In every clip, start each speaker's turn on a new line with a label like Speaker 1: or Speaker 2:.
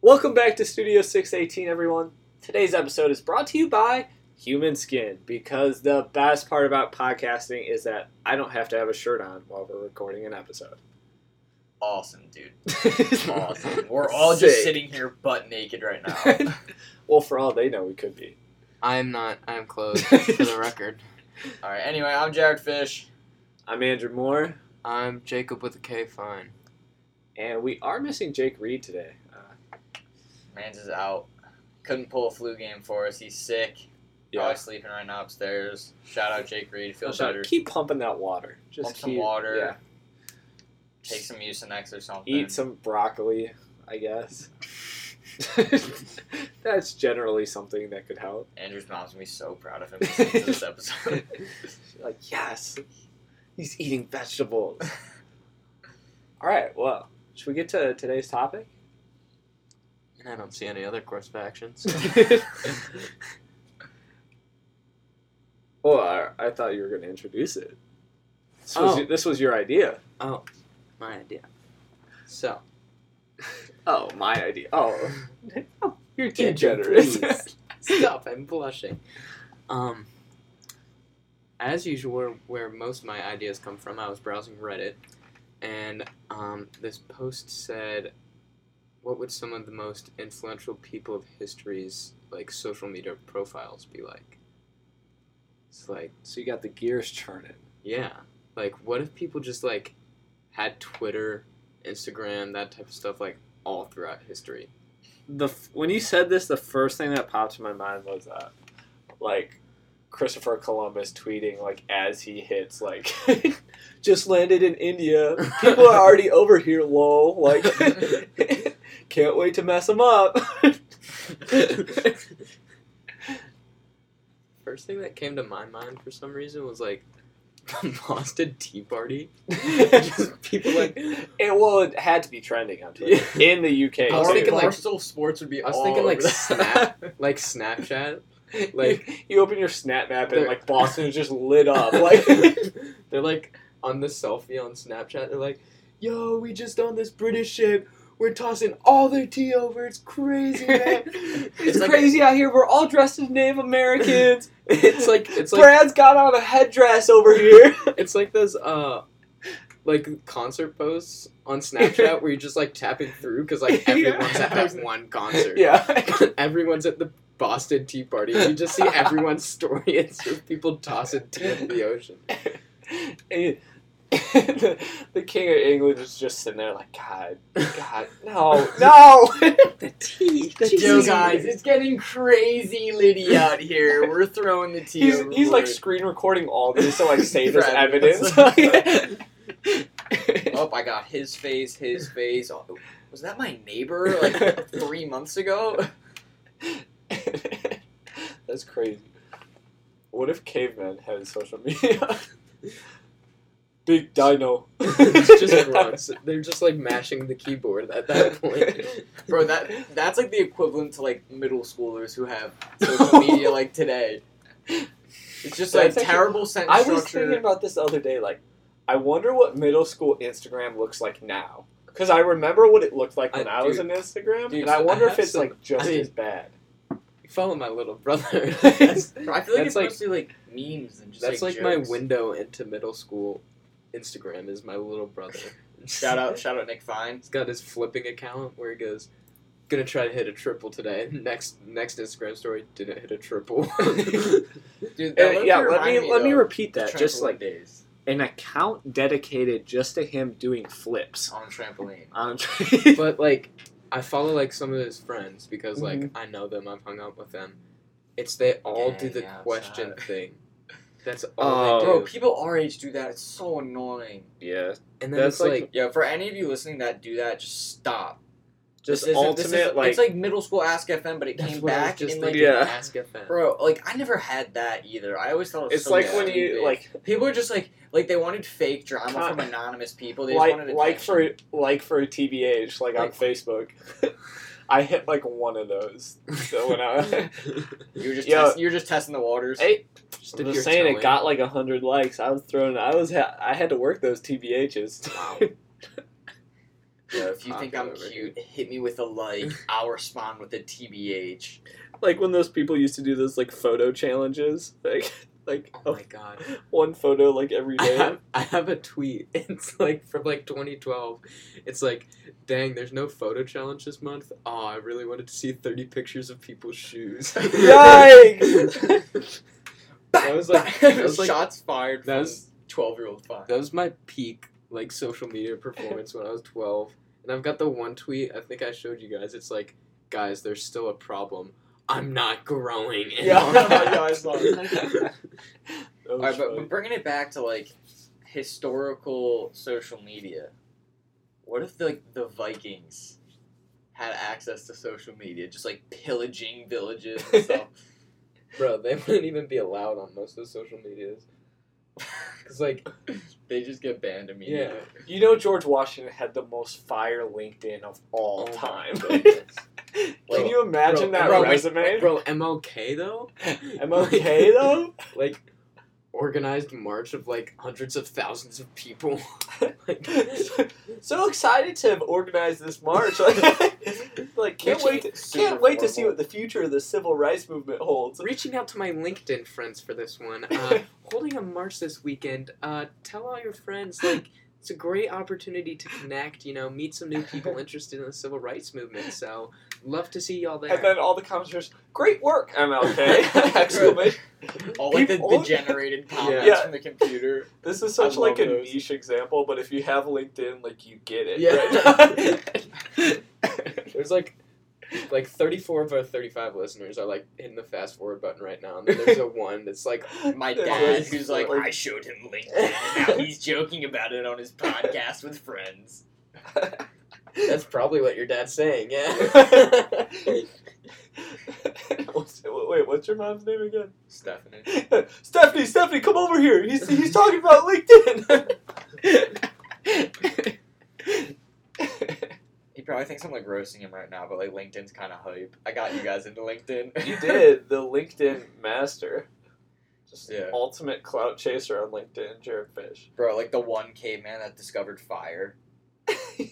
Speaker 1: Welcome back to Studio 618, everyone. Today's episode is brought to you by Human Skin because the best part about podcasting is that I don't have to have a shirt on while we're recording an episode.
Speaker 2: Awesome, dude. Awesome. We're all
Speaker 1: Sick.
Speaker 2: just sitting here butt naked right now.
Speaker 1: well, for all they know, we could be.
Speaker 3: I'm not. I'm closed for the record.
Speaker 2: All right. Anyway, I'm Jared Fish.
Speaker 1: I'm Andrew Moore,
Speaker 3: I'm Jacob with a K. Fine.
Speaker 1: and we are missing Jake Reed today. Uh,
Speaker 2: Mans is out. Couldn't pull a flu game for us. He's sick. Probably sleeping right now upstairs. Shout out Jake Reed. Feel
Speaker 1: Also,
Speaker 2: better.
Speaker 1: Keep pumping that water. Just
Speaker 2: Pump some
Speaker 1: keep-
Speaker 2: water.
Speaker 1: yeah.
Speaker 2: Take some Mucinex or something.
Speaker 1: Eat some broccoli, I guess. That's generally something that could help.
Speaker 2: Andrew's mom's gonna be so proud of him listening to this episode.
Speaker 1: like, yes, he's eating vegetables. All right, well, should we get to today's topic?
Speaker 3: And I don't see any other course of actions.
Speaker 1: well, I, I thought you were going to introduce it. This was,
Speaker 3: Oh.
Speaker 1: this was your idea.
Speaker 3: oh, my idea. So,
Speaker 1: Oh, my idea. Oh, Oh, you're too
Speaker 3: Andrew,
Speaker 1: generous.
Speaker 3: please. stop. I'm blushing. Um, as usual, where- where most of my ideas come from, I was browsing Reddit, and um, this post said, "What would some of the most influential people of history's like social media profiles be like?" It's like.
Speaker 1: so you got the gears churning.
Speaker 3: Yeah. Like, what if people just, like, had Twitter, Instagram, that type of stuff, like, all throughout history?
Speaker 1: the f- when you said this, the first thing that popped in my mind was uh, like Christopher Columbus tweeting like as he hits like just landed in India. People are already over here. Lol. Like can't wait to mess them up.
Speaker 3: First thing that came to my mind for some reason was, like, the Boston Tea Party.
Speaker 1: Just
Speaker 3: people like-
Speaker 1: it. Well, it had to be trending on Twitter in the UK.
Speaker 3: I was
Speaker 1: too.
Speaker 3: thinking, like-
Speaker 2: Barstool Sports would be. oh,
Speaker 3: I was
Speaker 2: all
Speaker 3: thinking, like,
Speaker 2: over that.
Speaker 3: Snap. Like, Snapchat. Like,
Speaker 1: you, you open your Snap map and
Speaker 3: They're-
Speaker 1: like Boston is just lit up. Like.
Speaker 3: they're, like, on the selfie on Snapchat, they're like, yo, we just on this British ship. We're tossing all their tea over. It's crazy, man.
Speaker 1: It's,
Speaker 2: It's like-
Speaker 1: crazy out here. We're all dressed as Native Americans.
Speaker 3: it's like, it's like,
Speaker 1: Brad's got on a headdress over here.
Speaker 3: It's like those uh like concert posts on Snapchat where you're just like tapping through because like
Speaker 1: Yeah.
Speaker 3: everyone's at that one concert.
Speaker 1: yeah.
Speaker 3: everyone's at the Boston Tea Party. You just see everyone's story. It's just people tossing tea into the ocean.
Speaker 1: And the, the King of England is just sitting there like, God, God, no, no.
Speaker 3: The tea.
Speaker 1: The
Speaker 2: Yo,
Speaker 1: Jesus. tea.
Speaker 2: guys, it's getting crazy litty out here. We're throwing the tea.
Speaker 1: he's he's like
Speaker 2: overboard.
Speaker 1: screen recording all this to like save as
Speaker 2: Right.
Speaker 1: evidence.
Speaker 2: oh, I got his face, his face. Oh, was that my neighbor like three months ago?
Speaker 1: That's crazy. What if cavemen had social media? Big dino.
Speaker 3: it's just rocks. They're just like mashing the keyboard at that point.
Speaker 2: Bro, that that's like the equivalent to like middle schoolers who have social media like today. It's just like
Speaker 1: That's actually-
Speaker 2: terrible sentence
Speaker 1: I was thinking
Speaker 2: structure.
Speaker 1: about this the other day. Like, I wonder what middle school Instagram looks like now. Because I remember what it looked like when I,
Speaker 3: I-
Speaker 1: was in
Speaker 3: dude.
Speaker 1: Instagram,
Speaker 3: Dude,
Speaker 1: and I
Speaker 3: so I
Speaker 1: wonder if
Speaker 3: have
Speaker 1: it's
Speaker 3: some-
Speaker 1: like just
Speaker 3: I mean-
Speaker 1: as bad.
Speaker 3: You follow my little brother.
Speaker 1: That's-
Speaker 2: Bro, I feel like
Speaker 3: That's
Speaker 2: it's
Speaker 3: like-
Speaker 2: mostly like memes and just
Speaker 3: That's like my
Speaker 2: jokes.
Speaker 3: window into middle school. Instagram is my little brother.
Speaker 2: Shout out, shout out, Nick Fine.
Speaker 3: He's got his flipping account where he goes, "Gonna try to hit a triple today." Next, next Instagram story didn't hit a triple.
Speaker 1: Uh,
Speaker 2: Dude, that low-key
Speaker 1: yeah, let me
Speaker 2: reminded
Speaker 1: let me
Speaker 2: though,
Speaker 1: repeat that.
Speaker 2: of
Speaker 1: Just
Speaker 2: trampoline
Speaker 1: like
Speaker 2: days
Speaker 1: an account dedicated just to him doing flips
Speaker 2: on a trampoline.
Speaker 1: on.
Speaker 3: but like, I follow like some of his friends because like
Speaker 1: Mm-hmm.
Speaker 3: I know them. I've hung out with them. It's they all do
Speaker 2: Dang,
Speaker 3: the
Speaker 2: yeah,
Speaker 3: question
Speaker 2: sad.
Speaker 3: thing. That's all
Speaker 1: Oh.
Speaker 3: they
Speaker 2: Bro,
Speaker 3: do.
Speaker 2: people our age do that. It's so annoying.
Speaker 1: yeah,
Speaker 3: And then
Speaker 1: that's
Speaker 3: it's
Speaker 1: like-
Speaker 3: like,
Speaker 2: Yeah, for any of you listening that do that, just stop.
Speaker 1: just
Speaker 2: This isn't-
Speaker 1: ultimate
Speaker 2: this is-
Speaker 1: like
Speaker 2: it's like middle school Ask FM, but it
Speaker 3: that's
Speaker 2: came
Speaker 3: what I was
Speaker 2: back
Speaker 3: just
Speaker 2: and like,
Speaker 3: thinking.
Speaker 1: Yeah.
Speaker 3: Ask FM.
Speaker 2: bro, like I never had that either. I always thought it was
Speaker 1: it's
Speaker 2: so
Speaker 1: like when
Speaker 2: stupid.
Speaker 1: you like
Speaker 2: people are just like like they wanted fake drama
Speaker 1: Con-
Speaker 2: from anonymous people. They just
Speaker 1: like
Speaker 2: wanted
Speaker 1: like
Speaker 2: attention.
Speaker 1: for like for TBH like on
Speaker 3: Like-
Speaker 1: Facebook. I hit like one of those. So when I
Speaker 2: you were just
Speaker 1: Yo.
Speaker 2: test- you were just testing the waters.
Speaker 1: Hey,
Speaker 3: Just
Speaker 1: I'm
Speaker 3: dip
Speaker 1: just
Speaker 3: your
Speaker 1: saying
Speaker 3: toe
Speaker 1: it
Speaker 3: in.
Speaker 1: got like a hundred likes. I was throwing. I was. Ha- I had to work those TBHs.
Speaker 3: Wow.
Speaker 2: Yo, if you think
Speaker 3: Talking
Speaker 2: I'm
Speaker 3: over
Speaker 2: cute, hit me with a like. I'll respond with a TBH.
Speaker 1: Like when those people used to do those like photo challenges, like like
Speaker 3: Oh
Speaker 1: of
Speaker 3: my god.
Speaker 1: one photo like every
Speaker 3: I
Speaker 1: day.
Speaker 3: have, I have a tweet. It's like from like 2012. It's like, dang, there's no photo challenge this month. Oh, I really wanted to see 30 pictures of people's shoes.
Speaker 1: Yikes!
Speaker 3: That was like-
Speaker 2: Bang,
Speaker 3: that was like-
Speaker 2: shots fired.
Speaker 3: that was-
Speaker 2: twelve year old fun.
Speaker 3: that was my peak like social media performance when I was 12. And I've got the one tweet I think I showed you guys. It's like, guys, there's still a problem. I'm not growing.
Speaker 1: Yeah, yeah, I saw
Speaker 2: it.
Speaker 1: That was
Speaker 2: All right, but,
Speaker 1: funny.
Speaker 2: but bringing it back to like historical social media. What if like the Vikings had access to social media, just like pillaging villages and stuff?
Speaker 3: Bro, they wouldn't even be allowed on most of the social medias. Cause like,
Speaker 2: they just get banned immediately.
Speaker 1: you know George Washington had the most fire LinkedIn of all
Speaker 3: Oh my
Speaker 1: time.
Speaker 3: goodness.
Speaker 1: Can
Speaker 2: Bro,
Speaker 1: you imagine
Speaker 3: bro,
Speaker 1: that
Speaker 3: bro, wait,
Speaker 1: resume?
Speaker 3: bro, MLK though.
Speaker 1: Am I okay though?
Speaker 3: like organized march of like hundreds of thousands of people. like,
Speaker 1: so excited to have organized this march. Like, like can't
Speaker 2: Which
Speaker 1: wait to,
Speaker 2: is super
Speaker 1: can't wait to see
Speaker 2: formal. Uh,
Speaker 1: what the future of the civil rights movement holds.
Speaker 3: reaching out to my LinkedIn friends for this one. Uh, holding a march this weekend. Uh, tell all your friends like it's a great opportunity to connect. You know, meet some new people interested in the civil rights movement. So love to see y'all there.
Speaker 1: and then all the commenters, great work, MLK! Exclamation.
Speaker 2: All like the
Speaker 1: People-
Speaker 2: degenerated
Speaker 3: Yeah.
Speaker 2: comments
Speaker 1: Yeah.
Speaker 2: from the computer.
Speaker 1: This is such
Speaker 2: I
Speaker 1: like a
Speaker 2: love those.
Speaker 1: niche example, but if you have LinkedIn, like you get it.
Speaker 2: Yeah.
Speaker 1: right?
Speaker 3: There's like like 34 of our 35 listeners are like hitting the fast forward button right now. And then there's a one that's like
Speaker 2: My
Speaker 1: That's
Speaker 2: dad,
Speaker 1: right.
Speaker 2: who's like,
Speaker 1: Like-
Speaker 2: I showed him LinkedIn, and now he's joking about it on his podcast with friends.
Speaker 3: That's probably what your dad's saying, yeah.
Speaker 1: yeah. What's- Wait, what's your mom's name again?
Speaker 2: Stephanie.
Speaker 1: Stephanie, Stephanie, come over here. He's he's talking about LinkedIn.
Speaker 2: He probably thinks I'm like roasting him right now, but like LinkedIn's kind of hype. I got you guys into LinkedIn.
Speaker 1: you did the LinkedIn master, just
Speaker 2: Yeah.
Speaker 1: ultimate clout chaser on LinkedIn, Jared Fish.
Speaker 2: Bro, like the one caveman that discovered fire.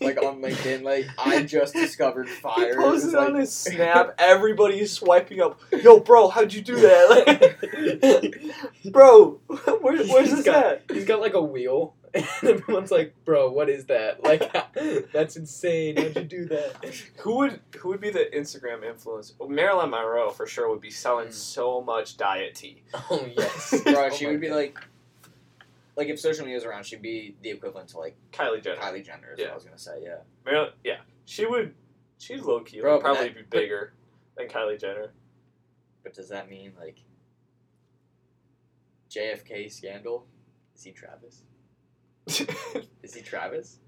Speaker 2: Like on LinkedIn, like I just discovered fire.
Speaker 1: He
Speaker 2: It
Speaker 1: posted
Speaker 2: was,
Speaker 1: on
Speaker 2: like-
Speaker 1: his snap. Everybody's swiping up. Yo, bro, how'd you do that? Like, bro, where, where's this at?
Speaker 3: He's got like a wheel, and everyone's like, "Bro, what is that? Like, that's insane! How'd you do that?"
Speaker 1: Who would who would be the Instagram influencer? Well, Marilyn Monroe for sure would be selling
Speaker 2: Mm.
Speaker 1: so much diet tea.
Speaker 3: Oh yes,
Speaker 2: Bro,
Speaker 3: Oh
Speaker 2: she
Speaker 3: my
Speaker 2: would be
Speaker 3: God.
Speaker 2: like, like if social media was around, she'd be the equivalent to like
Speaker 1: Kylie Jenner.
Speaker 2: Kylie Jenner. Is what
Speaker 1: Yeah.
Speaker 2: I was gonna say. Yeah.
Speaker 1: Marilyn, yeah, she would. She's low key.
Speaker 2: Bro,
Speaker 1: would probably
Speaker 2: that-
Speaker 1: be bigger than Kylie Jenner.
Speaker 2: But does that mean like JFK scandal? Is he Travis? Is he Travis?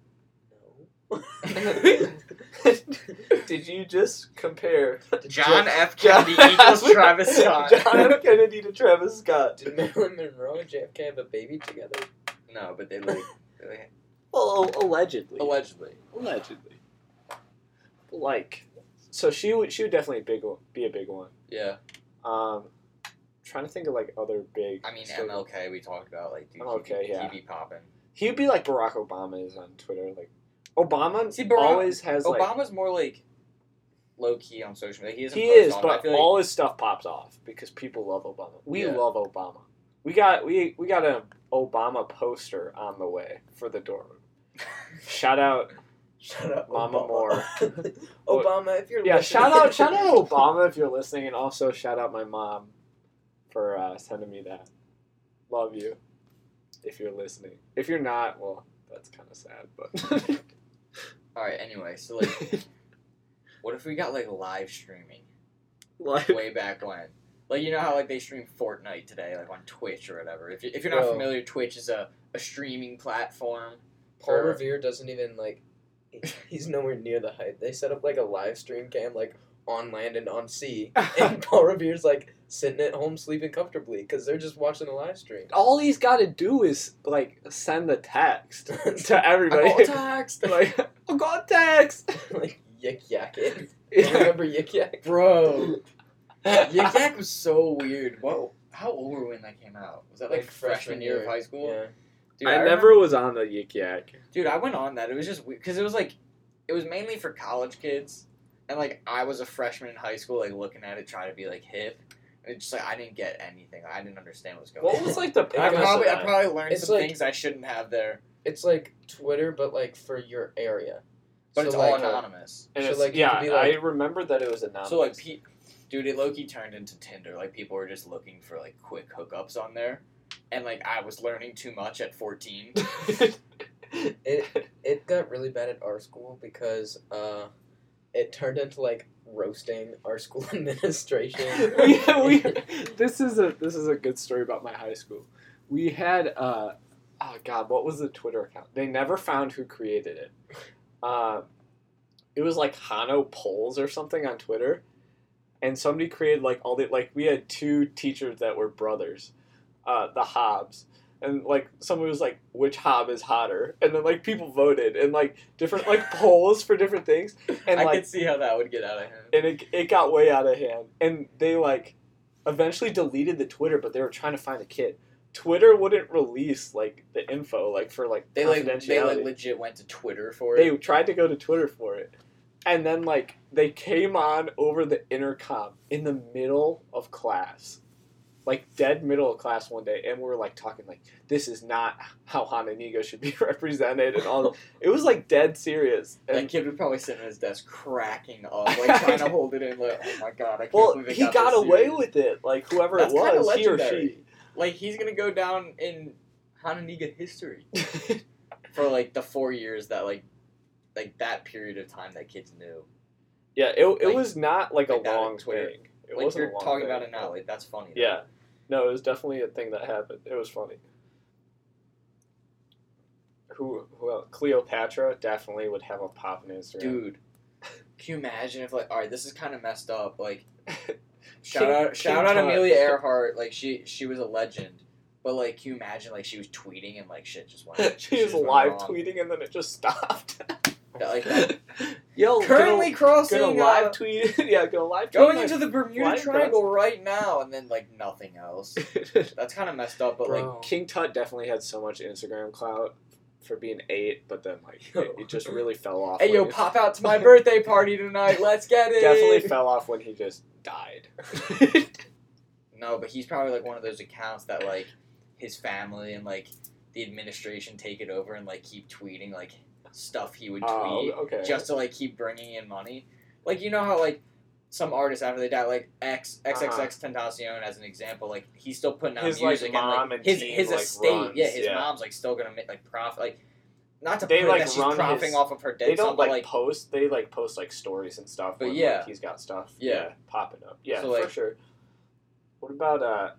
Speaker 1: Did you just compare
Speaker 2: John
Speaker 1: Ju-
Speaker 2: F. Kennedy equals Travis Scott.
Speaker 1: John F. Kennedy to Travis Scott.
Speaker 3: Did Marilyn Monroe and JFK have a baby together?
Speaker 2: No, but they like they-
Speaker 1: Well, allegedly.
Speaker 2: allegedly.
Speaker 1: allegedly. Like, so she would. She would definitely big one, be a big one.
Speaker 2: Yeah.
Speaker 1: Um, trying to think of like other big.
Speaker 2: I mean
Speaker 1: so-
Speaker 2: MLK. We talked about like dude,
Speaker 1: MLK,
Speaker 2: he, be-
Speaker 1: yeah.
Speaker 2: he be popping.
Speaker 1: He would be like Barack Obama is on Twitter. Like, Obama
Speaker 2: See, Barack-
Speaker 1: always has like.
Speaker 2: Obama's more like low key on social media. He isn't
Speaker 1: He
Speaker 2: posted
Speaker 1: is,
Speaker 2: on it. I
Speaker 1: but
Speaker 2: feel like-
Speaker 1: all his stuff pops off because people love Obama. We
Speaker 2: Yeah.
Speaker 1: love Obama. We got we we got an Obama poster on the way for the dorm. shout out,
Speaker 3: Shut up,
Speaker 1: Mama Moore.
Speaker 3: Obama, if you're
Speaker 1: yeah.
Speaker 3: listening-
Speaker 1: Shout out, shout out Obama if you're listening, and also shout out my mom for uh, sending me that. Love you, if you're listening. If you're not, well, that's kind of sad, but
Speaker 2: all right. Anyway, so like, what if we got like live streaming
Speaker 1: like
Speaker 2: way back when? Like you know how like they stream Fortnite today, like on Twitch or whatever. If, you, if you're not
Speaker 3: Bro.
Speaker 2: familiar, Twitch is a, a streaming platform.
Speaker 3: Paul
Speaker 2: for-
Speaker 3: Revere doesn't even like. He's nowhere near the hype. They set up like a live stream cam, like on land and on sea, and Paul Revere's like sitting at home sleeping comfortably because they're just watching the live stream.
Speaker 1: all he's got to do is like send the text to everybody.
Speaker 3: I got text.
Speaker 1: like, "Oh, I got text.
Speaker 3: like yik yak it.
Speaker 1: Yeah.
Speaker 3: Remember yik yak?
Speaker 2: Bro, Yik
Speaker 1: yeah.
Speaker 2: Yak was so weird. Whoa, how old were we when that came out? Was that like,
Speaker 3: Like
Speaker 2: freshman,
Speaker 3: freshman
Speaker 2: year,
Speaker 3: year.
Speaker 2: of high school?
Speaker 3: Yeah.
Speaker 2: Dude,
Speaker 1: I
Speaker 2: remember-
Speaker 1: never was on the Yik Yak.
Speaker 2: Dude, I went on that. It was just because it was like it was mainly for college kids, and like I was a freshman in high school, like looking at it, trying to be like hip. And it's just like I didn't get anything. I didn't understand what was going.
Speaker 1: What
Speaker 2: on.
Speaker 1: was like the
Speaker 2: I
Speaker 1: premise of
Speaker 2: probably I
Speaker 1: that?
Speaker 2: probably learned
Speaker 4: It's
Speaker 2: some
Speaker 4: like-
Speaker 2: things I shouldn't have there,
Speaker 4: It's like Twitter, but like for your area.
Speaker 2: but
Speaker 4: So,
Speaker 2: it's all
Speaker 4: like, uh,
Speaker 2: anonymous.
Speaker 1: And
Speaker 4: so,
Speaker 1: it's-
Speaker 4: like, you
Speaker 1: yeah,
Speaker 4: could be like-
Speaker 1: I remember that it was anonymous.
Speaker 2: So like, pe- dude, it Loki turned into Tinder. Like people were just looking for like quick hookups on there, and like I was learning too much at fourteen.
Speaker 4: It it got really bad at our school because uh, it turned into like roasting our school administration.
Speaker 1: we, we, this is a this is a good story about my high school. We had uh oh god, what was the Twitter account? They never found who created it. Uh, it was like Hano polls or something on Twitter, and somebody created like all the like we had two teachers that were brothers, uh, the Hobbs. And like someone was like, which hob is hotter? And then like people voted and like different like polls for different things. And
Speaker 2: I
Speaker 1: like
Speaker 2: could see how that would get out of hand.
Speaker 1: and it, it got way out of hand and they like eventually deleted the twitter but they were trying to find the kid twitter wouldn't release like the info like for like
Speaker 2: They like they like
Speaker 1: confidentiality.
Speaker 2: legit went to Twitter for
Speaker 1: they
Speaker 2: it.
Speaker 1: tried to go to twitter for it and then like they came on over the intercom in the middle of class like dead middle of class one day and we were like talking like this is not how hananigo should be represented and all it was like dead serious and
Speaker 2: that kid would probably sit at his desk cracking up, like trying to hold it in. Like, oh my god, I can't
Speaker 1: well
Speaker 2: believe it
Speaker 1: he got, away
Speaker 2: serious.
Speaker 1: with it like whoever
Speaker 2: That's
Speaker 1: it
Speaker 2: kinda
Speaker 1: was he or
Speaker 2: legendary.
Speaker 1: she
Speaker 2: Like he's gonna go down in Hananiga history for like the four years that like like that period of time that kids knew.
Speaker 1: yeah, it, it
Speaker 2: Like-
Speaker 1: was not like a
Speaker 2: like that on
Speaker 1: long
Speaker 2: Twitter.
Speaker 1: thing. It
Speaker 2: like
Speaker 1: wasn't
Speaker 2: you're
Speaker 1: a long
Speaker 2: talking
Speaker 1: thing.
Speaker 2: about it now, like that's funny.
Speaker 1: Yeah, no, it was definitely a thing that happened. It was funny. Who who else? Cleopatra definitely would have a pop on Instagram.
Speaker 2: dude. Can you imagine if like all right, this is kind of messed up. Like shout
Speaker 1: King-
Speaker 2: out shout
Speaker 1: King
Speaker 2: out
Speaker 1: Tut.
Speaker 2: Amelia Earhart. Like she she was a legend. But like, can you imagine like she was tweeting and like shit just went.
Speaker 1: she
Speaker 2: shit
Speaker 1: was
Speaker 2: just went
Speaker 1: live
Speaker 2: wrong.
Speaker 1: tweeting and then it just stopped.
Speaker 2: That, like that.
Speaker 1: Yo,
Speaker 2: Currently crossing
Speaker 1: get a, get a
Speaker 2: uh,
Speaker 1: live tweet. yeah, go live tweet.
Speaker 2: going
Speaker 1: my-
Speaker 2: into the Bermuda
Speaker 1: flying
Speaker 2: Triangle right now, and then like nothing else. That's kind of messed up. But like,
Speaker 3: Bro.
Speaker 1: King Tut definitely had so much Instagram clout for being eight, but then like
Speaker 2: Yo.
Speaker 1: it, it just really fell off.
Speaker 2: hey
Speaker 1: when
Speaker 2: yo,
Speaker 1: it-
Speaker 2: pop out to my birthday party tonight. Let's get it.
Speaker 1: definitely fell off when he just died.
Speaker 2: No, but he's probably like one of those accounts that like his family and like the administration take it over and like keep tweeting like stuff he would tweet
Speaker 1: Oh, okay.
Speaker 2: just to like keep bringing in money. Like you know how like some artists after they die, like X
Speaker 1: Uh-huh.
Speaker 2: XXX Tentacion as an example, like he's still putting out
Speaker 1: His, like,
Speaker 2: music and
Speaker 1: mom
Speaker 2: like
Speaker 1: and
Speaker 2: his
Speaker 1: team,
Speaker 2: his
Speaker 1: like,
Speaker 2: estate,
Speaker 1: runs,
Speaker 2: yeah, his
Speaker 1: yeah.
Speaker 2: mom's like still gonna make like profit, like not to
Speaker 1: They,
Speaker 2: prove
Speaker 1: like,
Speaker 2: that she's
Speaker 1: run
Speaker 2: profiting
Speaker 1: his-
Speaker 2: off of her dead
Speaker 1: they
Speaker 2: son,
Speaker 1: don't
Speaker 2: but
Speaker 1: like,
Speaker 2: like
Speaker 1: post. They like post like stories and stuff.
Speaker 2: But
Speaker 1: when,
Speaker 2: yeah.
Speaker 1: like, he's got stuff.
Speaker 2: Yeah.
Speaker 1: popping up. Yeah,
Speaker 2: So,
Speaker 1: for
Speaker 2: like-
Speaker 1: sure. What about uh,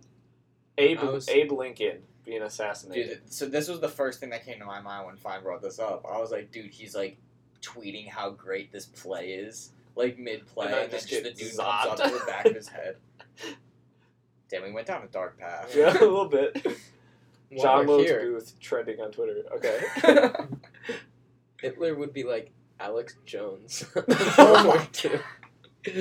Speaker 1: Abe
Speaker 3: I was-
Speaker 1: Abe Lincoln being assassinated?
Speaker 2: Dude, so this was the first thing that came to my mind when Fine brought this up. I was like, dude, he's like tweeting how great this play is, like mid play,
Speaker 1: And
Speaker 2: and,
Speaker 1: then
Speaker 2: then
Speaker 1: just
Speaker 2: just
Speaker 1: get
Speaker 2: the dude
Speaker 1: zopped.
Speaker 2: comes up to the back of his head. Damn, we went down a dark path.
Speaker 1: yeah, a little bit.
Speaker 4: While
Speaker 1: John
Speaker 4: we're
Speaker 1: Wilkes
Speaker 4: here,
Speaker 1: Booth trending on Twitter. Okay.
Speaker 4: Hitler would be like Alex Jones.
Speaker 1: Oh my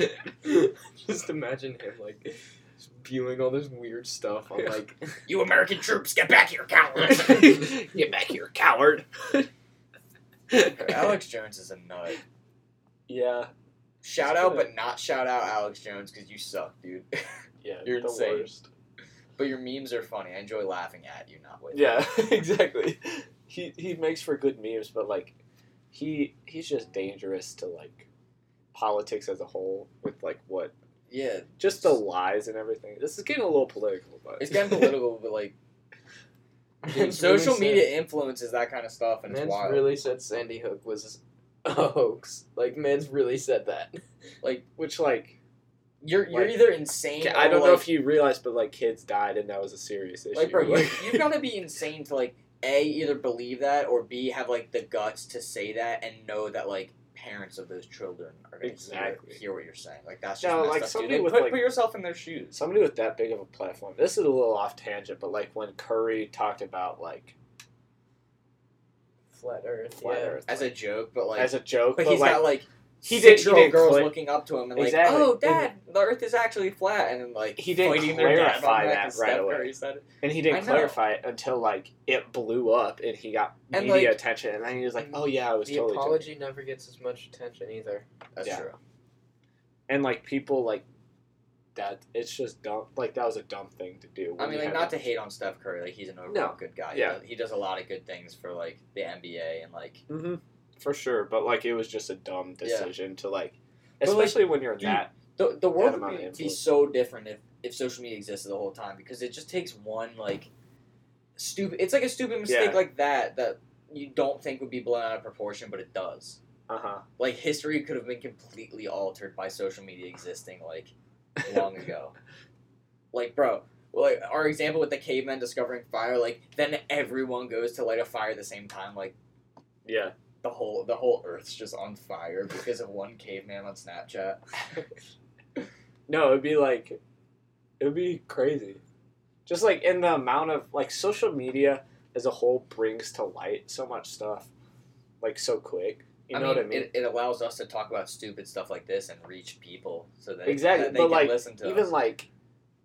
Speaker 4: Just imagine him like spewing all this weird stuff on
Speaker 1: Yeah.
Speaker 4: like
Speaker 2: you American troops, get back here, cowards!
Speaker 1: Get back here, coward.
Speaker 2: Alex Jones is a nut.
Speaker 1: yeah,
Speaker 2: Shout out, but not shout out Alex Jones because you suck, dude.
Speaker 1: yeah,
Speaker 2: You're
Speaker 1: the
Speaker 2: insane.
Speaker 1: worst.
Speaker 2: but your memes are funny. I enjoy laughing at you, not with. you.
Speaker 1: Yeah, exactly. He he makes for good memes, but like he he's just dangerous to like politics as a whole with like what
Speaker 2: Yeah,
Speaker 1: just the lies and everything. This is getting a little political, but
Speaker 2: it's getting political, but like
Speaker 4: Man's
Speaker 2: social
Speaker 4: really
Speaker 2: media influences that kind of stuff,
Speaker 4: Said,
Speaker 2: and it's
Speaker 4: man's
Speaker 2: wild.
Speaker 4: really said Sandy Hook was a hoax. Like man's really said that.
Speaker 1: which like
Speaker 2: You're you're
Speaker 1: Like,
Speaker 2: either insane.
Speaker 1: I
Speaker 2: or,
Speaker 1: don't know
Speaker 2: like-
Speaker 1: if you realized, but like kids died and that was a serious issue.
Speaker 2: like, bro, you, you've got to be insane to like a either believe that or b have like the guts to say that and know that like parents of those children are gonna
Speaker 1: Exactly.
Speaker 2: hear, hear what you're saying. Like that's just
Speaker 1: No,
Speaker 2: messed
Speaker 1: like,
Speaker 2: up, dude.
Speaker 1: somebody
Speaker 2: Like,
Speaker 1: with,
Speaker 2: put,
Speaker 1: like-
Speaker 2: put yourself in their shoes.
Speaker 1: somebody with that big of a platform. This is a little off tangent, but like when Curry talked about like
Speaker 4: Flat Earth.
Speaker 1: flat
Speaker 4: yeah.
Speaker 1: Earth
Speaker 2: As a joke, but like,
Speaker 1: as a joke,
Speaker 2: but
Speaker 1: but
Speaker 2: he's
Speaker 1: like
Speaker 2: got like
Speaker 1: He did- he
Speaker 2: six year old
Speaker 1: did
Speaker 2: girls
Speaker 1: cla-
Speaker 2: looking up to him and
Speaker 1: Exactly.
Speaker 2: like, oh, dad, the Earth is actually flat, and then like
Speaker 1: He didn't
Speaker 2: pointing their dad on
Speaker 1: clarify
Speaker 2: the back
Speaker 1: that
Speaker 2: and
Speaker 1: right
Speaker 2: Steph
Speaker 1: away.
Speaker 2: Curry said it.
Speaker 1: And he
Speaker 2: I
Speaker 1: didn't
Speaker 2: know.
Speaker 1: clarify it until like it blew up and he got
Speaker 2: And,
Speaker 1: media
Speaker 2: like-
Speaker 1: attention. And then he was like, "Oh yeah, I was
Speaker 4: the
Speaker 1: totally." joking."
Speaker 4: apology never gets as much attention either.
Speaker 2: That's
Speaker 1: Yeah.
Speaker 2: true.
Speaker 1: And like people like that, it's just dumb. Like that was a dumb thing to do.
Speaker 2: I
Speaker 1: when
Speaker 2: mean,
Speaker 1: you
Speaker 2: like
Speaker 1: had-
Speaker 2: not to hate on Steph Curry, like he's an overall
Speaker 1: No.
Speaker 2: good guy.
Speaker 1: Yeah.
Speaker 2: he does, he does a lot of good things for like the NBA and like
Speaker 1: Mhm. for sure, but like it was just a dumb
Speaker 2: Yeah.
Speaker 1: decision to like,
Speaker 2: But, like,
Speaker 1: especially when you're
Speaker 2: you-
Speaker 1: that.
Speaker 2: the the world
Speaker 1: amount
Speaker 2: would
Speaker 1: of
Speaker 2: be, be
Speaker 1: influence.
Speaker 2: so different if if social media existed the whole time because it just takes one like stupid. It's like a stupid mistake
Speaker 1: Yeah.
Speaker 2: like that that you don't think would be blown out of proportion, but it does.
Speaker 1: Uh huh.
Speaker 2: Like history could have been completely altered by social media existing like long ago. Like, bro, like our example with the cavemen discovering fire, like then everyone goes to light a fire at the same time, like.
Speaker 1: yeah.
Speaker 2: the whole the whole earth's just on fire because of one caveman on Snapchat.
Speaker 1: No, it'd be like, it would be crazy. Just like in the amount of like social media as a whole brings to light so much stuff, like so quick. You know
Speaker 2: mean,
Speaker 1: what I mean?
Speaker 2: It, it allows us to talk about stupid stuff like this and reach people so that
Speaker 1: Exactly,
Speaker 2: that they
Speaker 1: but,
Speaker 2: can
Speaker 1: like,
Speaker 2: listen to
Speaker 1: even
Speaker 2: us.
Speaker 1: like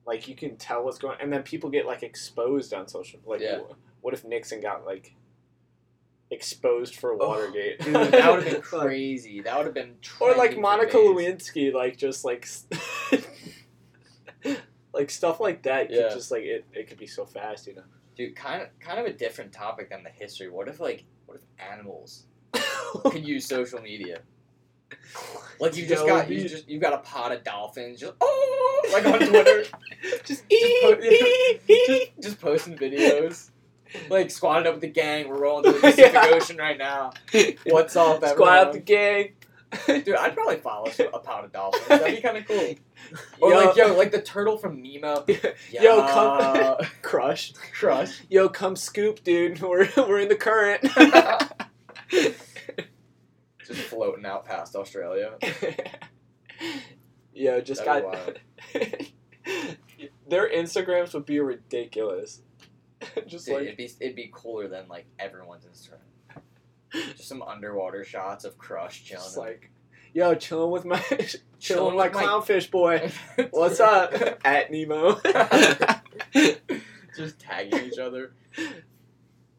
Speaker 1: like you can tell what's going and then people get like exposed on social like
Speaker 2: Yeah.
Speaker 1: wh- what if nixon got like exposed for watergate
Speaker 2: Oh, Dude, that would have been crazy. That would have been
Speaker 1: or like
Speaker 2: trending for
Speaker 1: monica
Speaker 2: days.
Speaker 1: lewinsky like just like s- like stuff like that
Speaker 2: Yeah.
Speaker 1: could just like it, it could be so fast you know
Speaker 2: Dude, kind of kind of a different topic than the history. What if like what if animals could use social media? Like you just
Speaker 1: That would
Speaker 2: got you
Speaker 1: be-
Speaker 2: just you got a pod of dolphins just oh like on Twitter
Speaker 1: just,
Speaker 2: put-
Speaker 1: ee, ee, ee.
Speaker 2: just, just posting videos. Like squatted up with the gang, we're rolling through the Pacific
Speaker 1: Yeah.
Speaker 2: Ocean right now. What's up,
Speaker 1: squad out the
Speaker 2: everyone?
Speaker 1: gang
Speaker 2: Dude, I'd probably follow a pound of dolphins. That'd be kind of cool. Or
Speaker 1: Yo.
Speaker 2: like, yo, like the turtle from Nemo.
Speaker 1: Yo, come-
Speaker 2: Yeah.
Speaker 1: crush
Speaker 2: crush.
Speaker 1: yo come scoop dude we're, we're in the current
Speaker 2: just floating out past Australia.
Speaker 1: Yo, just
Speaker 2: That'd be
Speaker 1: got their Instagrams would be ridiculous. just
Speaker 2: Dude,
Speaker 1: like
Speaker 2: it'd be it'd be cooler than like everyone's Instagram. Just some underwater shots of Crush chilling.
Speaker 1: just like yo, chilling with my chilling, with my clownfish boy.
Speaker 2: my-
Speaker 1: What's up? At Nemo.
Speaker 2: Just tagging each other.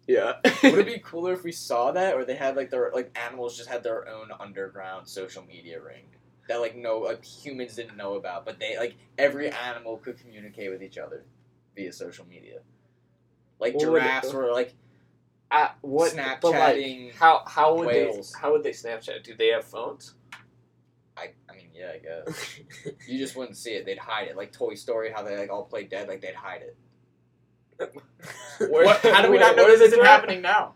Speaker 1: yeah.
Speaker 2: Would it be cooler if we saw that, or they had like their like animals just had their own underground social media ring that like no like humans didn't know about, but they like every animal could communicate with each other via social media. Like
Speaker 1: What would it
Speaker 2: giraffes
Speaker 1: be?
Speaker 2: were like
Speaker 1: At what? But like,
Speaker 2: Snapchatting.
Speaker 1: how how would
Speaker 2: whales.
Speaker 1: they how would they Snapchat? Do they have phones?
Speaker 2: I, I mean, yeah, I guess you just wouldn't see it. They'd hide it, like Toy Story, how they like all play dead, like they'd hide it.
Speaker 1: Where-
Speaker 2: What- how do we
Speaker 1: where-
Speaker 2: not know
Speaker 1: where
Speaker 2: this
Speaker 1: does
Speaker 2: isn't
Speaker 1: it happen?
Speaker 2: happening now?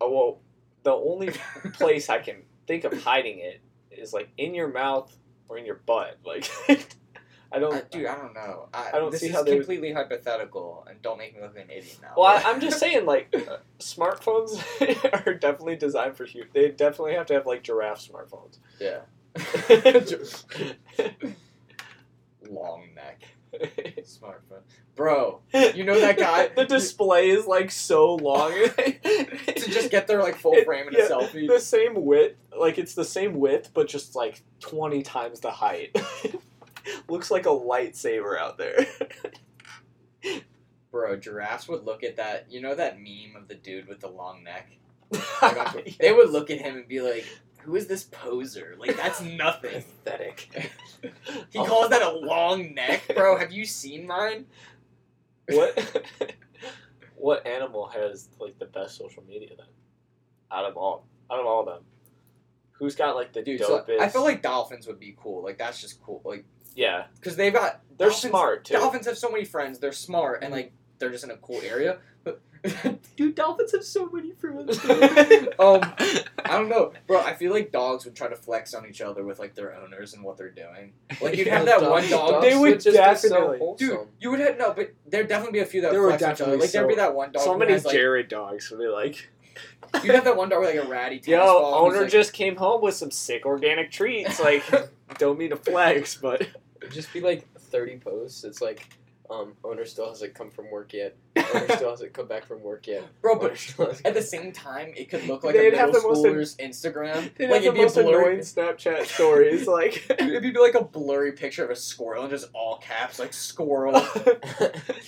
Speaker 1: Oh, well, the only place I can think of hiding it is like in your mouth or in your butt. Like, I don't.
Speaker 2: I, dude, I don't know. I,
Speaker 1: I don't
Speaker 2: this
Speaker 1: see
Speaker 2: is
Speaker 1: how they would-
Speaker 2: completely hypothetical, and don't make me look like an idiot now.
Speaker 1: Well, I, I'm just saying, like, uh, smartphones are definitely designed for humans. They definitely have to have like giraffe smartphones.
Speaker 2: yeah. long neck smartphone. Bro, You know that guy-
Speaker 1: The display is like so long.
Speaker 2: to just get their like full
Speaker 1: It-
Speaker 2: frame in
Speaker 1: yeah,
Speaker 2: a selfie.
Speaker 1: the same width, like it's the same width, but just like 20 times the height. Looks like a lightsaber out there.
Speaker 2: Bro, giraffes would look at that. You know that meme of the dude with the long neck? Like, on Twitter? They would look at him and be like, "Who is this poser? Like that's nothing."
Speaker 1: Pathetic. Oh.
Speaker 2: He calls that a long neck, bro. Have you seen mine?
Speaker 1: what what animal has like the best social media then? Out of all out of all of them. Who's got like the
Speaker 2: Dude, so
Speaker 1: dopest
Speaker 2: I feel like dolphins would be cool. Like that's just cool. Like
Speaker 1: Yeah.
Speaker 2: because they've got
Speaker 1: They're
Speaker 2: dolphins-
Speaker 1: smart too.
Speaker 2: Dolphins have so many friends. They're smart
Speaker 1: Mm-hmm.
Speaker 2: and like they're just in a cool area. But dude, dolphins have so many friends. um, I don't know, bro. I feel like dogs would try to flex on each other with like their owners and what they're doing. Like you'd have that
Speaker 4: Dogs-
Speaker 2: one dog.
Speaker 1: They would
Speaker 4: just be so
Speaker 1: definitely-
Speaker 2: dude,
Speaker 4: wholesome.
Speaker 2: you would have no, but there'd definitely be a few that
Speaker 1: There
Speaker 2: would
Speaker 1: would
Speaker 2: flex on each
Speaker 1: definitely
Speaker 2: other. Like there'd be
Speaker 1: so-
Speaker 2: that one dog.
Speaker 1: so
Speaker 2: who
Speaker 1: many
Speaker 2: has, like,
Speaker 1: Jared dogs would be like
Speaker 2: You'd have that one dog with like a ratty tennis
Speaker 1: Yo,
Speaker 2: ball. who's,
Speaker 1: owner
Speaker 2: like,
Speaker 1: just came home with some sick organic treats. Like don't mean to flex, but
Speaker 4: It'd just be like thirty posts. It's like, Um, owner still hasn't come from work yet. Owner still hasn't come back from work yet.
Speaker 2: Bro,
Speaker 4: Owner
Speaker 2: but
Speaker 4: still hasn't-
Speaker 2: at the same time, it could look like
Speaker 1: They'd
Speaker 2: a
Speaker 1: have
Speaker 2: middle
Speaker 1: the most
Speaker 2: schooler's Instagram.
Speaker 1: They
Speaker 2: like
Speaker 1: have the
Speaker 2: it'd be a
Speaker 1: most annoying
Speaker 2: blurry.
Speaker 1: Snapchat stories. Like,
Speaker 2: It'd be like a blurry picture of a squirrel and just all caps like squirrel.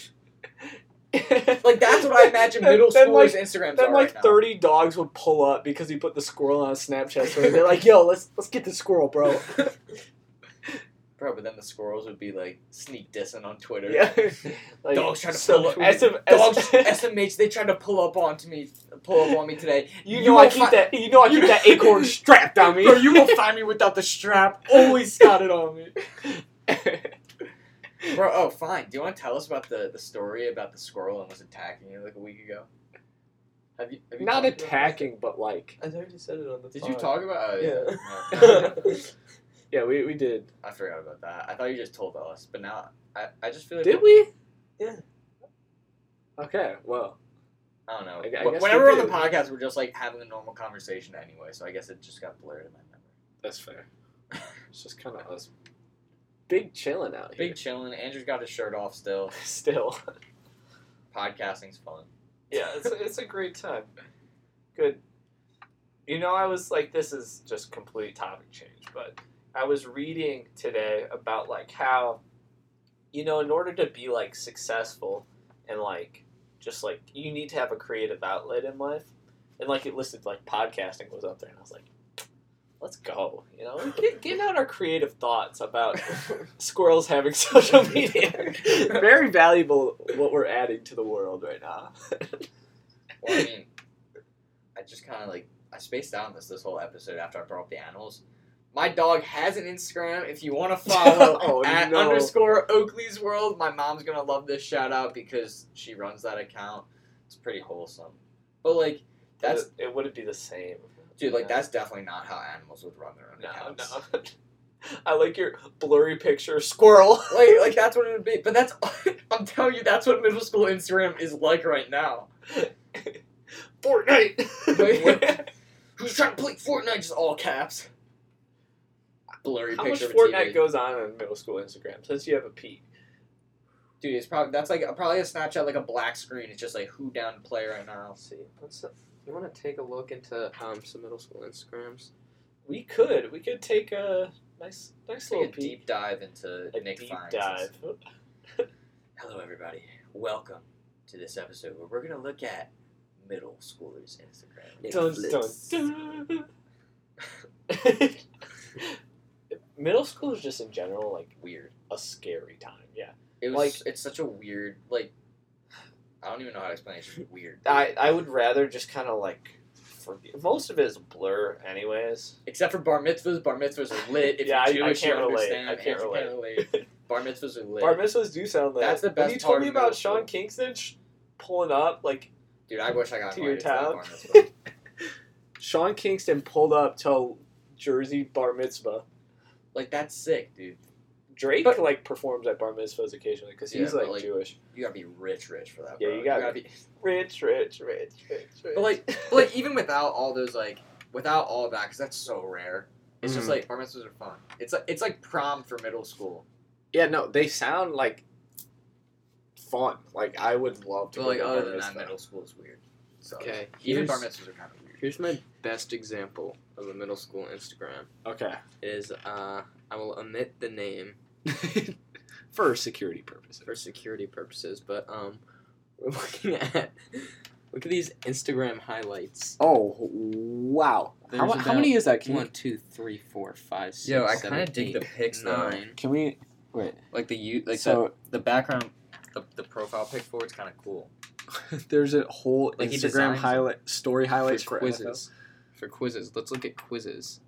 Speaker 2: like that's what I imagine
Speaker 1: Then-
Speaker 2: middle
Speaker 1: then,
Speaker 2: schoolers'
Speaker 1: like-
Speaker 2: Instagrams
Speaker 1: Then
Speaker 2: are
Speaker 1: like
Speaker 2: right now.
Speaker 1: thirty dogs would pull up because he put the squirrel on a Snapchat story. They're like, "Yo, let's let's get the squirrel, bro."
Speaker 2: Bro, but then the squirrels would be like sneak dissing on Twitter.
Speaker 1: Yeah, like,
Speaker 2: Dogs trying to
Speaker 1: so
Speaker 2: pull up.
Speaker 1: SM
Speaker 2: Dogs, SMH, they tried to pull up onto me, pull up on me today.
Speaker 1: you
Speaker 2: you
Speaker 1: know
Speaker 2: will
Speaker 1: I keep
Speaker 2: fi-
Speaker 1: that. You know I keep that acorn strapped on me.
Speaker 2: Bro, you will find me without the strap.
Speaker 1: always got it on me.
Speaker 2: Bro, oh fine. Do you want to tell us about the, the story about the squirrel and was attacking you like a week ago? Have you, have you
Speaker 1: Not
Speaker 2: talked about this?
Speaker 1: attacking, but like,
Speaker 4: I already said it on the.
Speaker 2: Did you
Speaker 4: pod.
Speaker 2: talk about? Oh, yeah.
Speaker 4: Yeah.
Speaker 2: No, no, no.
Speaker 1: yeah, we we did.
Speaker 2: I forgot about that. I thought you just told us, but now I, I just feel like
Speaker 1: Did we?
Speaker 4: Yeah.
Speaker 1: Okay. Well,
Speaker 2: I don't know.
Speaker 1: I gu- I
Speaker 2: But
Speaker 1: guess
Speaker 2: Whenever
Speaker 1: we
Speaker 2: we're on the
Speaker 1: do.
Speaker 2: podcast, we're just like having a normal conversation anyway. So I guess it just got blurred in my memory.
Speaker 1: that's fair. It's just kind of us, big chilling out here.
Speaker 2: Big chillin'. Andrew's got his shirt off still.
Speaker 1: Still.
Speaker 2: Podcasting's fun.
Speaker 1: yeah, it's a, it's a great time. Good. You know, I was like, this is just complete topic change, but I was reading today about like how, you know, in order to be like successful and like just like you need to have a creative outlet in life, and like it listed like podcasting was up there, and I was like, let's go, you know, get getting out our creative thoughts about squirrels having social media. Very valuable what we're adding to the world right now.
Speaker 2: Well, I mean, I just kind of like I spaced out on this this whole episode after I brought up the animals. My dog has an Instagram. If you want to follow
Speaker 1: Oh,
Speaker 2: at
Speaker 1: no.
Speaker 2: underscore Oakley's World, my mom's gonna love this shout out because she runs that account. It's pretty wholesome. But like that's
Speaker 1: it, it wouldn't be the same.
Speaker 2: dude, like
Speaker 1: Yeah.
Speaker 2: that's definitely not how animals would run their own
Speaker 1: No,
Speaker 2: accounts.
Speaker 1: no. I like your blurry picture squirrel.
Speaker 2: Like, like that's what it would be. But that's I'm telling you, that's what middle school Instagram is like right now.
Speaker 1: Fortnite.
Speaker 2: Wait. Who's trying to play Fortnite? Just all caps. Blurry
Speaker 1: How much
Speaker 2: picture of a
Speaker 1: Fortnite
Speaker 2: TV.
Speaker 1: goes on on middle school Instagram? Since you have a P.
Speaker 2: Dude, it's probably that's like probably a Snapchat like a black screen. It's just like who down to play right now.
Speaker 3: see. Let's. Uh, you want to take a look into um, some middle school Instagrams?
Speaker 1: We could. We could take a nice, nice
Speaker 2: Take
Speaker 1: little
Speaker 2: a
Speaker 1: peek.
Speaker 2: deep dive into
Speaker 1: A
Speaker 2: Nick
Speaker 1: deep
Speaker 2: Fiennes.
Speaker 1: dive. Oh,
Speaker 2: Hello, everybody. Welcome to this episode where we're gonna look at middle schoolers Instagram.
Speaker 1: Dun, dun, dun. middle school is just in general like
Speaker 2: Weird.
Speaker 1: a scary time. Yeah.
Speaker 2: It was
Speaker 1: Like-
Speaker 2: it's such a weird like. I don't even know how to explain it. It's just weird.
Speaker 1: I I would rather just kind of like. Forget. Most of it is blur, anyways.
Speaker 2: Except for bar mitzvahs, bar mitzvahs are lit. If
Speaker 1: Yeah, I- I
Speaker 2: you're Jewish,
Speaker 1: can't
Speaker 2: you
Speaker 1: relate.
Speaker 2: understand.
Speaker 1: I can't
Speaker 2: Andrew relate. Bar mitzvahs are lit.
Speaker 1: Bar mitzvahs do sound lit.
Speaker 2: That's the
Speaker 1: When
Speaker 2: best
Speaker 1: you told
Speaker 2: part
Speaker 1: me
Speaker 2: of
Speaker 1: about
Speaker 2: middle
Speaker 1: Sean
Speaker 2: school.
Speaker 1: Kingston sh- pulling up like
Speaker 2: Dude, I wish I got
Speaker 1: to your
Speaker 2: invited to that
Speaker 1: town.
Speaker 2: bar mitzvah.
Speaker 1: Sean Kingston pulled up to Jersey bar mitzvah.
Speaker 2: like that's sick, dude.
Speaker 1: Drake
Speaker 2: But-
Speaker 1: like performs at bar mitzvahs occasionally because he's
Speaker 2: Yeah, but,
Speaker 1: like,
Speaker 2: like-
Speaker 1: Jewish.
Speaker 2: You gotta be rich, rich for that.
Speaker 1: Yeah,
Speaker 2: bro.
Speaker 1: you gotta
Speaker 2: be.
Speaker 1: Rich, rich, rich, rich, rich.
Speaker 2: But like, but like even without all those like, without all that, because that's so rare. It's just
Speaker 1: Mm.
Speaker 3: Mhm.
Speaker 2: like bar mitzvahs are fun. It's like it's like prom for middle school.
Speaker 1: yeah, no, they sound like fun. Like I would love to.
Speaker 2: But
Speaker 1: go
Speaker 2: like
Speaker 1: to a
Speaker 2: other
Speaker 1: bar
Speaker 2: than that,
Speaker 1: mitzvah.
Speaker 2: middle school is weird. So
Speaker 3: Okay.
Speaker 2: even
Speaker 3: Here's,
Speaker 2: bar mitzvahs are kind of weird.
Speaker 3: here's my best example of a middle school Instagram.
Speaker 1: Okay,
Speaker 3: Is uh, I will omit the name
Speaker 1: for security purposes.
Speaker 3: for security purposes, but um, we're looking at look at these Instagram highlights.
Speaker 1: Oh wow!
Speaker 3: There's
Speaker 1: mu-
Speaker 3: about
Speaker 1: is that?
Speaker 3: One, two, three, four, five, six,
Speaker 2: Yo, I
Speaker 3: seven,
Speaker 2: kinda dig the
Speaker 3: eight,
Speaker 2: pics, though.
Speaker 3: nine.
Speaker 1: can we wait?
Speaker 2: Like the you the background, the, the profile pic for it's kind of cool.
Speaker 1: there's a whole
Speaker 2: Like, he designs them.
Speaker 1: story
Speaker 3: for quizzes. For quizzes, let's look at quizzes.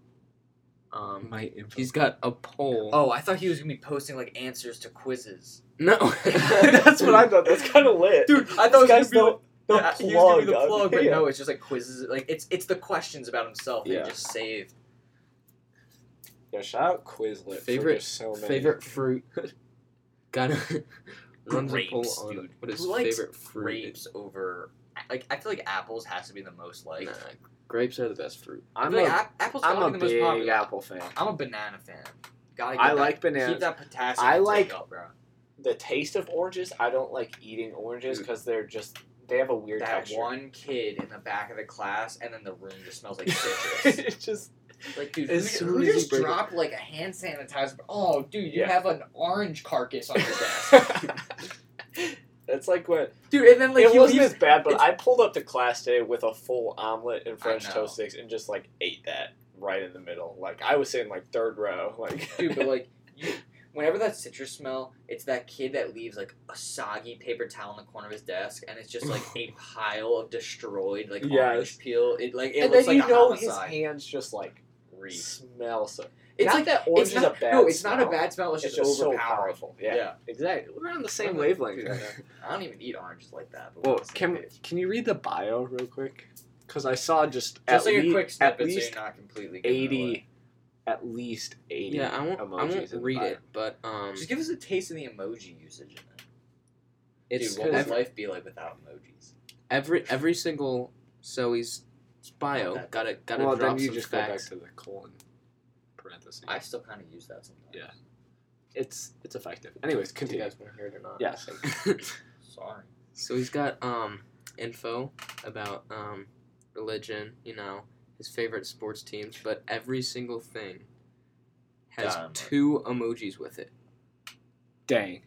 Speaker 1: NFL.
Speaker 3: Um,
Speaker 1: My info.
Speaker 3: he's got a poll.
Speaker 2: Oh, I thought he was gonna be posting like answers to quizzes.
Speaker 3: no,
Speaker 1: That's what I thought. That's kind of lit.
Speaker 2: Dude, I
Speaker 1: This
Speaker 2: thought it
Speaker 1: guy's
Speaker 2: was gonna
Speaker 1: the,
Speaker 2: be
Speaker 1: the
Speaker 2: yeah, he was
Speaker 1: plug.
Speaker 2: gonna be the
Speaker 1: of-
Speaker 2: plug, but
Speaker 1: yeah.
Speaker 2: no, it's just like quizzes. Like it's it's the questions about himself that
Speaker 1: Yeah.
Speaker 2: he just saved.
Speaker 1: Yeah, shout out Quizlet.
Speaker 3: Favorite-
Speaker 1: For just so many.
Speaker 3: favorite fruit. Got a runs a poll
Speaker 2: Grapes,
Speaker 3: on
Speaker 2: dude.
Speaker 3: what his
Speaker 2: Who likes
Speaker 3: favorite fruit. is.
Speaker 2: Grapes over like I feel like apples has to be the most like.
Speaker 3: Nah, grapes are the best fruit.
Speaker 2: I
Speaker 1: I'm
Speaker 2: feel like
Speaker 1: a,
Speaker 2: ap- apples
Speaker 1: I'm
Speaker 2: gotta
Speaker 1: a
Speaker 2: be the
Speaker 1: big
Speaker 2: most popular.
Speaker 1: Apple fan.
Speaker 2: I'm a banana fan. Gotta get
Speaker 1: I
Speaker 2: that-
Speaker 1: like
Speaker 2: Keep
Speaker 1: bananas.
Speaker 2: that potassium.
Speaker 1: I
Speaker 2: intake
Speaker 1: like-
Speaker 2: up, bro.
Speaker 1: the taste of oranges. I don't like eating oranges because they're just they have a weird
Speaker 2: Mm. that
Speaker 1: texture.
Speaker 2: one kid in the back of the class, and then the room just smells like citrus.
Speaker 1: it's just
Speaker 2: like, dude,
Speaker 1: As
Speaker 2: who,
Speaker 1: soon
Speaker 2: who
Speaker 1: as you
Speaker 2: just
Speaker 1: break it-
Speaker 2: dropped like a hand sanitizer? Oh, dude, you
Speaker 1: Yeah.
Speaker 2: have an orange carcass on your desk,
Speaker 1: That's like what
Speaker 2: dude. And then like
Speaker 1: it
Speaker 2: he
Speaker 1: wasn't
Speaker 2: leaves-
Speaker 1: as bad, but
Speaker 2: it's-
Speaker 1: I pulled up to class today with a full omelet and French
Speaker 2: know.
Speaker 1: toast sticks and just like ate that right in the middle. Like I was sitting like third row. Like
Speaker 2: dude, but like you, whenever that citrus smell, it's that kid that leaves like a soggy paper towel in the corner of his desk, and it's just like a pile of destroyed like
Speaker 1: Yes.
Speaker 2: orange peel. It like it
Speaker 1: and
Speaker 2: looks
Speaker 1: then
Speaker 2: like
Speaker 1: you
Speaker 2: a
Speaker 1: know
Speaker 2: homicide.
Speaker 1: his hands just like
Speaker 2: Reek.
Speaker 1: smell so.
Speaker 2: It's
Speaker 1: not
Speaker 2: like
Speaker 1: that orange
Speaker 2: It's
Speaker 1: is
Speaker 2: not,
Speaker 1: a bad.
Speaker 2: no, it's not a
Speaker 1: smell.
Speaker 2: bad smell. It's,
Speaker 1: It's
Speaker 2: just
Speaker 1: just so
Speaker 2: overpowering.
Speaker 1: powerful. Yeah. Exactly. We're on the same
Speaker 2: Dude,
Speaker 1: wavelength.
Speaker 2: I
Speaker 1: right now.
Speaker 2: don't even eat oranges like that. But
Speaker 1: Well,
Speaker 2: we're on the same
Speaker 1: can
Speaker 2: page.
Speaker 1: can you read the bio real quick? Because I saw just
Speaker 2: just
Speaker 1: at,
Speaker 2: like a
Speaker 1: lea-
Speaker 2: quick
Speaker 1: at
Speaker 2: snippet, so
Speaker 1: least
Speaker 2: you're not completely giving it away.
Speaker 1: eighty, at least eighty.
Speaker 3: Yeah, I won't. I
Speaker 1: emojis
Speaker 3: won't
Speaker 1: in the
Speaker 3: read
Speaker 1: bio.
Speaker 3: it, but um,
Speaker 2: Just give us a taste of the emoji usage. In it.
Speaker 3: it's
Speaker 2: Dude, what would
Speaker 3: every,
Speaker 2: life be like without emojis?
Speaker 3: every every single Zoe's bio.
Speaker 2: That-
Speaker 3: Gotta gotta
Speaker 1: well,
Speaker 3: drop
Speaker 1: then you
Speaker 3: some
Speaker 1: just
Speaker 3: facts.
Speaker 1: go back to the colon parentheses.
Speaker 2: I still kind of use that sometimes.
Speaker 1: Yeah. It's it's effective. Anyways,
Speaker 4: Do you
Speaker 1: continue.
Speaker 4: guys want to hear it or not?
Speaker 1: Yes.
Speaker 2: Sorry.
Speaker 3: so he's got um info about um religion, you know, his favorite sports teams, but every single thing has
Speaker 2: Dynamite.
Speaker 3: two emojis with it.
Speaker 1: Dang.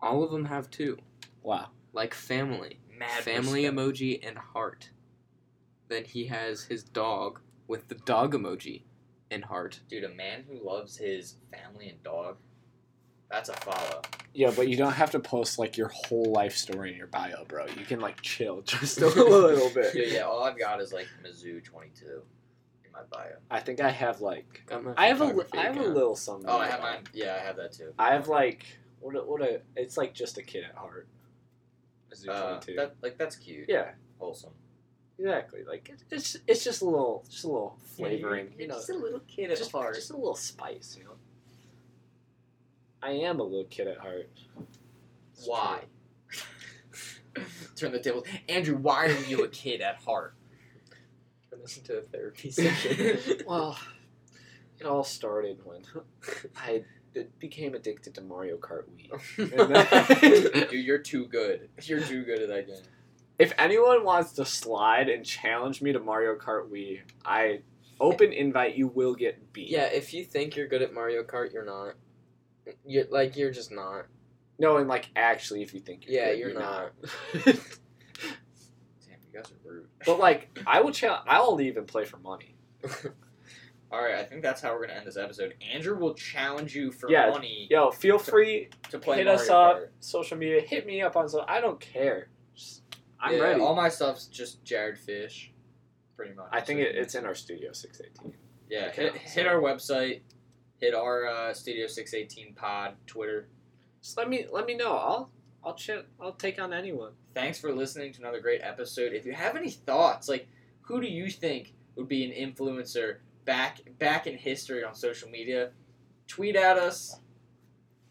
Speaker 3: All of them have two,
Speaker 1: Wow.
Speaker 3: like family,
Speaker 2: Mad
Speaker 3: family
Speaker 2: respect.
Speaker 3: emoji and heart. Then he has his dog with the dog emoji and heart.
Speaker 2: Dude, a man who loves his family and dog. That's a follow.
Speaker 1: Yeah, but you don't have to post like your whole life story in your bio, bro. You can like chill just a little
Speaker 2: Yeah,
Speaker 1: bit.
Speaker 2: yeah. All I've got is like Mizzou 22 in my bio.
Speaker 1: I think I have like
Speaker 3: Got my
Speaker 1: I have a
Speaker 3: photography
Speaker 1: I have a
Speaker 3: account.
Speaker 1: little something.
Speaker 2: Oh, I
Speaker 1: like
Speaker 2: have
Speaker 1: that.
Speaker 2: mine. Yeah, I have that too.
Speaker 1: I have like what a, what a it's like just a kid at heart. Mizzou
Speaker 2: Uh,
Speaker 1: 22.
Speaker 2: that, like that's cute.
Speaker 1: yeah,
Speaker 2: Wholesome.
Speaker 1: exactly. Like it, it's it's just a little just a little flavoring, you know.
Speaker 2: just a little kid at
Speaker 1: Just,
Speaker 2: heart.
Speaker 1: just a little spice, you know. I am a little kid at heart. It's
Speaker 2: Why?
Speaker 1: true.
Speaker 2: Turn the tables. Andrew, why are you a kid at heart?
Speaker 4: Listen to a therapy session.
Speaker 1: Well, it all started when I d- became addicted to Mario Kart Wii. And then-
Speaker 2: Dude, you're too good. You're too good at that game.
Speaker 1: If anyone wants to slide and challenge me to Mario Kart Wii, I open invite. You will get beat.
Speaker 3: Yeah,
Speaker 4: if you think you're good at Mario Kart, you're not. You're like you're just not.
Speaker 1: No, and like actually, if you think you're
Speaker 4: Yeah,
Speaker 1: good,
Speaker 4: you're not.
Speaker 1: not.
Speaker 2: Damn, you guys are rude.
Speaker 1: but like, I will challenge. I'll leave and play for money.
Speaker 2: all right, I think that's how we're gonna end this episode. Andrew will challenge you for
Speaker 1: Yeah.
Speaker 2: money
Speaker 1: Yo, feel free.
Speaker 2: to play
Speaker 1: hit
Speaker 2: Mario
Speaker 1: us up.
Speaker 2: Kart.
Speaker 1: Social media, hit me up on. So I don't care. Just, I'm
Speaker 2: Yeah,
Speaker 1: ready.
Speaker 2: All my stuff's just Jared Fish, pretty much.
Speaker 1: I think
Speaker 2: So-
Speaker 1: it, it's in our studio six eighteen.
Speaker 2: Yeah,
Speaker 1: Okay.
Speaker 2: hit, hit our website, hit our uh, Studio Six Eighteen Pod Twitter.
Speaker 1: Just let me let me know. I'll I'll ch- I'll take on anyone.
Speaker 2: Thanks for listening to another great episode. If you have any thoughts, like who do you think would be an influencer back back in history on social media, tweet at us.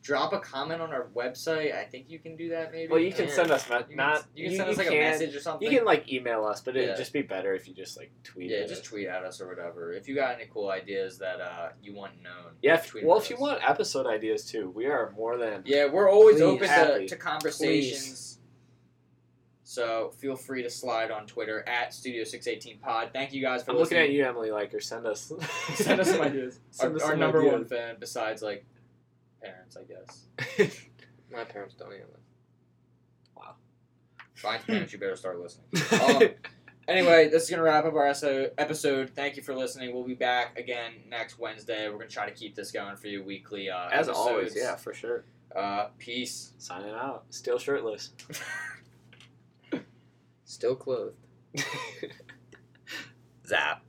Speaker 2: Drop a comment on our website. I think you can do that maybe.
Speaker 1: Well, you can
Speaker 2: Yeah.
Speaker 1: send us me-
Speaker 2: You can-
Speaker 1: not
Speaker 2: you can send us like a
Speaker 1: can-
Speaker 2: message or something.
Speaker 1: You can like email us, but it'd
Speaker 2: Yeah.
Speaker 1: just be better if you just like tweet.
Speaker 2: yeah,
Speaker 1: at
Speaker 2: just
Speaker 1: us.
Speaker 2: tweet at us or whatever. If you got any cool ideas that uh, you want known.
Speaker 1: yeah. If,
Speaker 2: tweet
Speaker 1: well,
Speaker 2: at
Speaker 1: if you
Speaker 2: us.
Speaker 1: want episode ideas too, we are more than
Speaker 2: Yeah, we're always
Speaker 1: Please.
Speaker 2: open to,
Speaker 1: Happy.
Speaker 2: to conversations. So feel free to slide on Twitter at Studio Six Eighteen Pod. Thank you guys for
Speaker 1: I'm looking at
Speaker 2: listening.
Speaker 1: you, Emily Liker. Send us
Speaker 2: Send us some ideas.
Speaker 1: Send
Speaker 2: our
Speaker 1: us
Speaker 2: our
Speaker 1: some
Speaker 2: number
Speaker 1: ideas.
Speaker 2: one fan besides like parents, I guess.
Speaker 4: My parents don't either.
Speaker 2: Find parents, you better start listening. Um, Anyway, this is gonna wrap up our eso- episode. Thank you for listening. We'll be back again next Wednesday. We're gonna try to keep this going for you weekly. Uh,
Speaker 1: As
Speaker 2: episodes.
Speaker 1: always, yeah, for sure.
Speaker 2: Uh, peace.
Speaker 1: Signing out. Still shirtless.
Speaker 4: Still clothed.
Speaker 2: Zap.